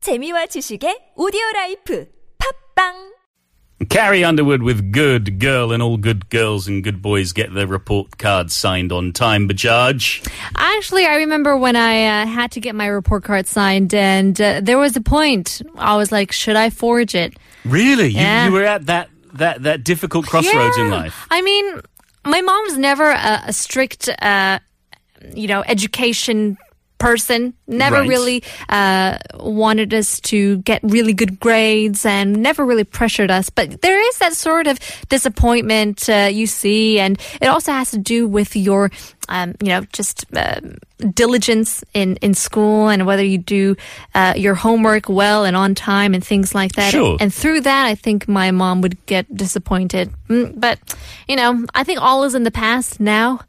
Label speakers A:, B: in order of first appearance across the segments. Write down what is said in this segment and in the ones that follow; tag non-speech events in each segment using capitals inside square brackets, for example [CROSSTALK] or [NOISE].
A: 재미와 지식의 오디오 라이프 팝빵
B: Carrie Underwood with Good Girl, and all good girls and good boys get their report cards signed on time, Bajaj.
C: Actually, I remember when I uh, had to get my report card signed, and uh, there was a point I was like, should I forge it?
B: Really? You,
C: Yeah.
B: you were at that, that, that difficult crossroads in
C: Yeah.
B: life.
C: I mean, my mom's never a, a strict, uh, you know, education person. Never
B: Right.
C: really uh, wanted us to get really good grades and never really pressured us. But there is that sort of disappointment uh, you see, and it also has to do with your. Um, you know, just uh, diligence in, in school and whether you do uh, your homework well and on time and things like that.
B: Sure.
C: And through that, I think my mom would get disappointed. Mm, But, you know, I think all is in the past now.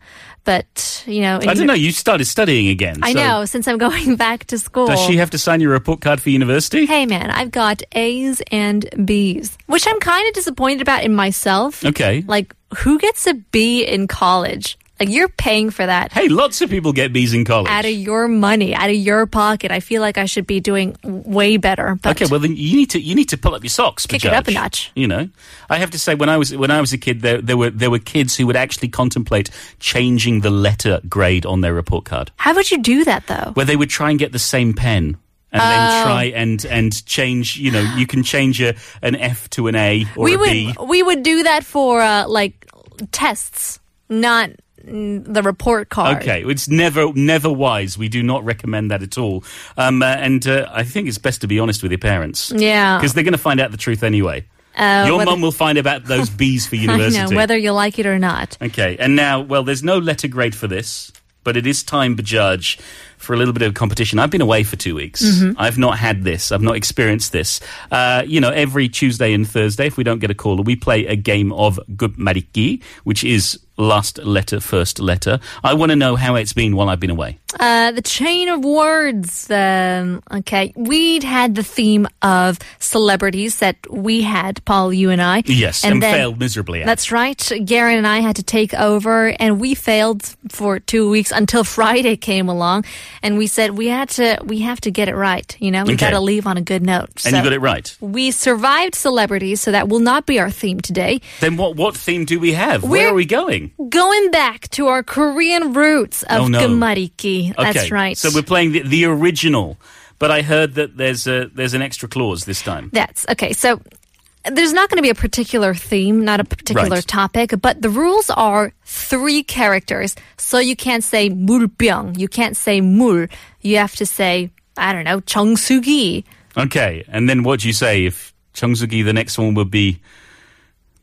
C: But, you know,
B: I don't know. You started studying again.
C: I
B: so
C: know, since I'm [LAUGHS] going back to school.
B: Does she have to sign your report card for university?
C: hey, man, I've got A's and B's, which I'm kind of disappointed about in myself.
B: Okay.
C: Like, who gets a B in college? Like, you're paying for that.
B: Hey, lots of people get B's in college.
C: Out of your money, out of your pocket. I feel like I should be doing way better. But
B: Okay, well then you need to you need to pull up your socks.
C: Kick it up
B: Bajaj.
C: a notch.
B: You know, I have to say when I was when I was a kid, there, there were there were kids who would actually contemplate changing the letter grade on their report card.
C: how would you do that, though?
B: where they would try and get the same pen and then
C: Oh.
B: try and and change you know you can change a, an f to an a or
C: we
B: a
C: would
B: B.
C: we would do that for uh, like tests, not mm, the report card.
B: okay it's never never wise we do not recommend that at all um, uh, and uh, i think it's best to be honest with your parents
C: Yeah.
B: because they're going to find out the truth anyway
C: Uh,
B: your
C: whether-
B: mum will find about those b's for
C: [LAUGHS] I
B: university
C: know whether you like it or not.
B: okay and now well there's no letter grade for this but it is time to judge for a little bit of competition. I've been away for two weeks.
C: Mm-hmm.
B: I've not had this. I've not experienced this. Uh, you know, every Tuesday and Thursday, if we don't get a caller, we play a game of Good Mariki, which is last letter, first letter. I want to know how it's been while I've been away.
C: Uh, the chain of words. Um, okay, we'd had the theme of celebrities that we had, Paul, you and I.
B: Yes, and,
C: then-
B: failed miserably at.
C: That's right. Garen and I had to take over, and we failed for two weeks until [LAUGHS] Friday came along, and we said we had to we have to get it right. You know, we
B: Okay.
C: got to leave on a good note.
B: and
C: So-
B: you got it right.
C: We survived celebrities, so that will not be our theme today.
B: Then what, what theme do we have? Where
C: We're-
B: are we going?
C: Going back to our Korean roots of
B: Oh, no.
C: Gumariki.
B: Okay.
C: That's right.
B: So we're playing the, the original, but I heard that there's a there's an extra clause this time.
C: That's okay. So there's not going to be a particular theme, not a particular
B: Right.
C: topic, but the rules are three characters. So you can't say 물병, you can't say 물, you have to say I don't know 정수기.
B: Okay. And then what do you say if Chungsugi the next one would be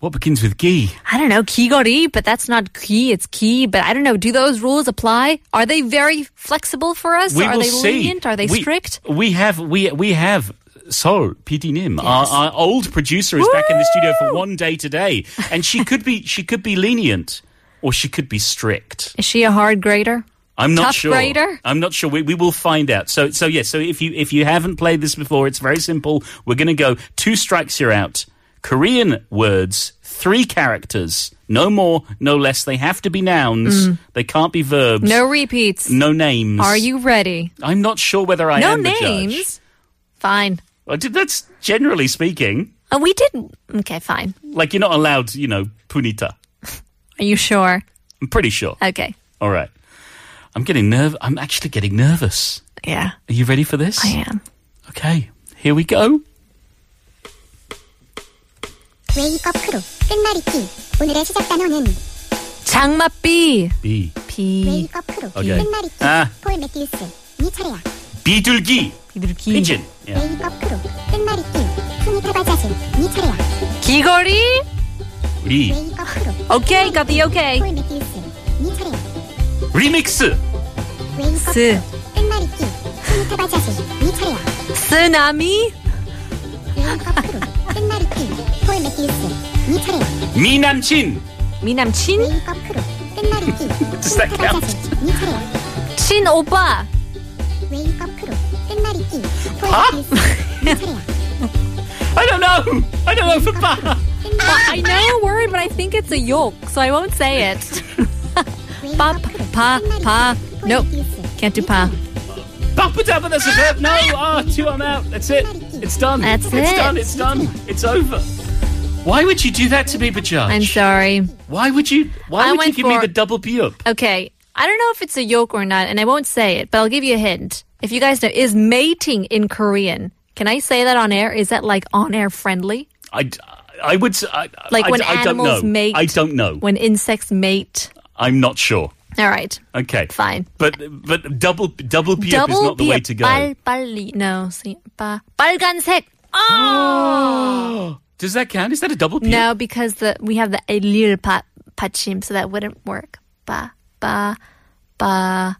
B: what begins with gi?
C: I don't know 기거리, but that's not ki, it's ki. But I don't know. Do those rules apply? Are they very flexible for us?
B: We
C: Are
B: will
C: they
B: see.
C: lenient? Are they
B: We-
C: strict?
B: We have we we have Sol PD Nim, our,
C: Yes.
B: our old producer, is back in the studio for one day today, and she could be she could be lenient or she could be strict.
C: Is she a hard grader?
B: I'm not
C: Tough
B: sure.
C: grader?
B: I'm not sure. We, we will find out. So so yes. So if you if you haven't played this before, it's very simple. We're going to go two strikes, you're out. Korean words, three characters, no more, no less. They have to be nouns. They can't be verbs.
C: Mm. No repeats.
B: No names.
C: Are you ready?
B: I'm not sure whether I
C: no
B: am the judge.
C: names. Fine.
B: I did- That's generally speaking.
C: Uh, we did. Okay, fine.
B: Like you're not allowed, you know, punita.
C: Are you sure?
B: I'm pretty sure.
C: Okay.
B: All right. I'm getting nerve. I'm actually getting nervous.
C: Yeah,
B: Are you ready for this?
C: I am.
B: Okay. Here we go.
D: 웨이크업 크루 끝말잇기 오늘의 시작 단어는
C: 장맛비.
B: B.
C: 비.
D: 웨이크업 크루
B: 오케이.
D: 끝말잇기
B: 아.
D: 폴 매튜스 니 차례야
B: 비둘기.
C: 비둘기.
B: Pigeon. Yeah.
D: 웨이크업 크루 끝말잇기 스니타바 자신 니 차례야
C: 기거리.
B: 리.
D: 웨이크업 크루
C: Okay, got the okay.
D: 폴 매튜스 니 차례야
B: 리믹스.
D: 웨이크업
C: 스.
D: 크루 끝말잇기 스니타바 자신 니 차례야
C: 쓰나미.
D: 웨이크업 크루 끝말잇기 폴 매튜스 니 차례야
B: 미남친.
C: 미남친.
D: 웨이크업 크루 끝말잇기
B: Does that
D: 스니타바
B: count?
D: 자신 니 차례야
C: 친 오빠.
D: 웨이크업 크루 끝말잇기 폴 매튜스 니 차례야
B: I don't know. I don't know for bar.
C: I know a word, but I think it's a yolk, so I won't say [LAUGHS] it.
D: 웨이크업 크루
C: 빠, 빠,
D: 끝말잇기
C: 빠.
D: 폴
C: No.
D: 매튜스
C: Can't do
D: 니
C: pa.
B: Bapa dabba, that's a verb. No, ah, two, I'm out. That's it. It's done.
C: That's
B: it's
C: it.
B: done. It's done. It's over. Why would you do that to me, Bajaj?
C: I'm sorry.
B: Why would you? Why would
C: I
B: you
C: went
B: give me
C: for-
B: the double P up?
C: Okay. I don't know if it's a yoke or not, and I won't say it, but I'll give you a hint. If you guys know, is mating in Korean? Can I say that on air? Is that like on air friendly?
B: I, I would. s- I,
C: Like
B: I-
C: when
B: I don't
C: animals
B: know.
C: mate?
B: I don't know.
C: When insects mate?
B: I'm not sure.
C: All right.
B: Okay,
C: Fine.
B: But but double double P up is
C: Double
B: not the
C: B-
B: way to go.
C: 빨- 빨리. No. See, 빠, 빨간색.
B: Does that count? Is that a double P?
C: No, because the we have the elir pa, pachim, so that wouldn't work. Ba ba ba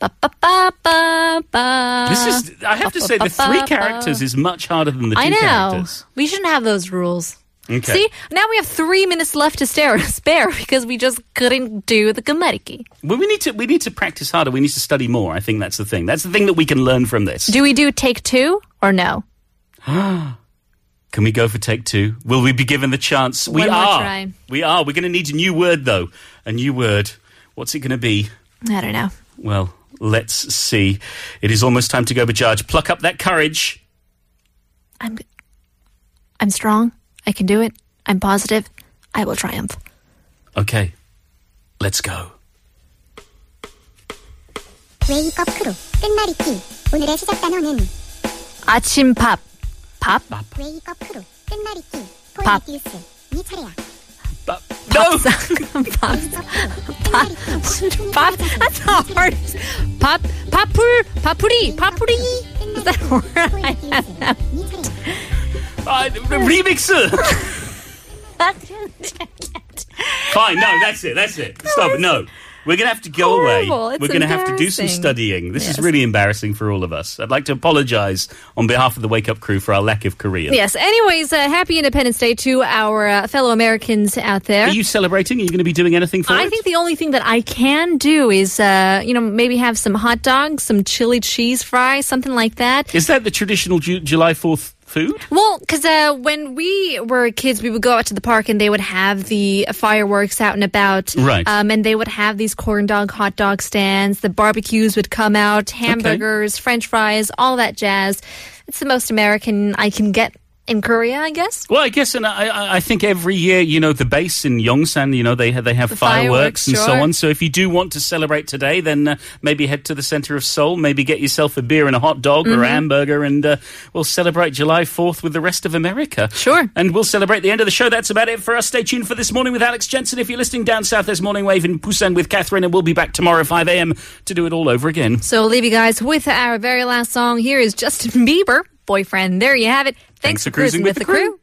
C: ba ba ba ba ba.
B: This is. I have to say, the three characters is much harder than the two
C: Uh, I know.
B: characters.
C: We shouldn't have those rules.
B: Okay.
C: See, now we have three minutes left to stare, spare [LAUGHS] because we just couldn't do the gameriki.
B: Well, we need to we need to practice harder. We need to study more. I think that's the thing. That's the thing that we can learn from this.
C: Do we do take two or no?
B: Can we go for take two? Will we be given the chance? we
C: One more
B: are.
C: try.
B: We are. We're going to need a new word though. A new word. What's it going to be?
C: I don't know.
B: Well, let's see. It is almost time to go, Bajaj. Pluck up that courage.
C: I'm I'm strong. I can do it. I'm positive. I will triumph.
B: Okay, let's go.
D: 웨이크업 크루 끝말잇기 오늘의 시작 단어는
C: 아침 밥. 밥?
D: 웨이크업 크루 끝말잇기
C: 밥.
D: 포인트 뉴스 네 차례야
B: Bu- no.
C: 밥.
D: 웨이크업 크루 끝말잇기
C: 밥. That's not hard. 밥. 밥풀. 밥풀이. 밥풀이. Is that a word? [LAUGHS]
D: 포인트 뉴스 네 차례야
B: Uh, remixer. Fine. No, that's it. That's it. Stop it. No. We're going to have to go
C: horrible.
B: away.
C: It's
B: We're going to have to do some
C: embarrassing.
B: studying. This is really embarrassing for all of us. I'd like to apologize on behalf of the Wake Up Crew for our lack of Korean.
C: Yes. Anyways, uh, happy Independence Day to our uh, fellow Americans out there.
B: Are you celebrating? Are you going to be doing anything for
C: I
B: it?
C: think the only thing that I can do is, uh, you know, maybe have some hot dogs, some chili cheese fries, something like that.
B: is that the traditional Ju- July 4th food?
C: Well, because uh, when we were kids, we would go out to the park and they would have the fireworks out and about.
B: Right.
C: Um, and they would have these corn dog, hot dog stands. The barbecues would come out, hamburgers, french fries, all that jazz. It's the most American I can get in Korea, I guess.
B: Well, I guess, and I- I, I think every year, you know, the base in Yongsan, you know, they ha- they have fireworks,
C: fireworks,
B: and so
C: sure.
B: on. So if you do want to celebrate today, then uh, maybe head to the center of Seoul, maybe get yourself a beer and a hot dog
C: Mm-hmm.
B: or a hamburger, and uh, we'll celebrate July 4th with the rest of America.
C: Sure.
B: And we'll celebrate the end of the show. That's about it for us. Stay tuned for This Morning with Alex Jensen. If you're listening down south, there's Morning Wave in Busan with Catherine, and we'll be back tomorrow at 5 a.m. to do it all over again.
C: So we'll leave you guys with our very last song. Here is Justin Bieber, Boyfriend. There you have it. Thanks,
B: for cruising with the crew.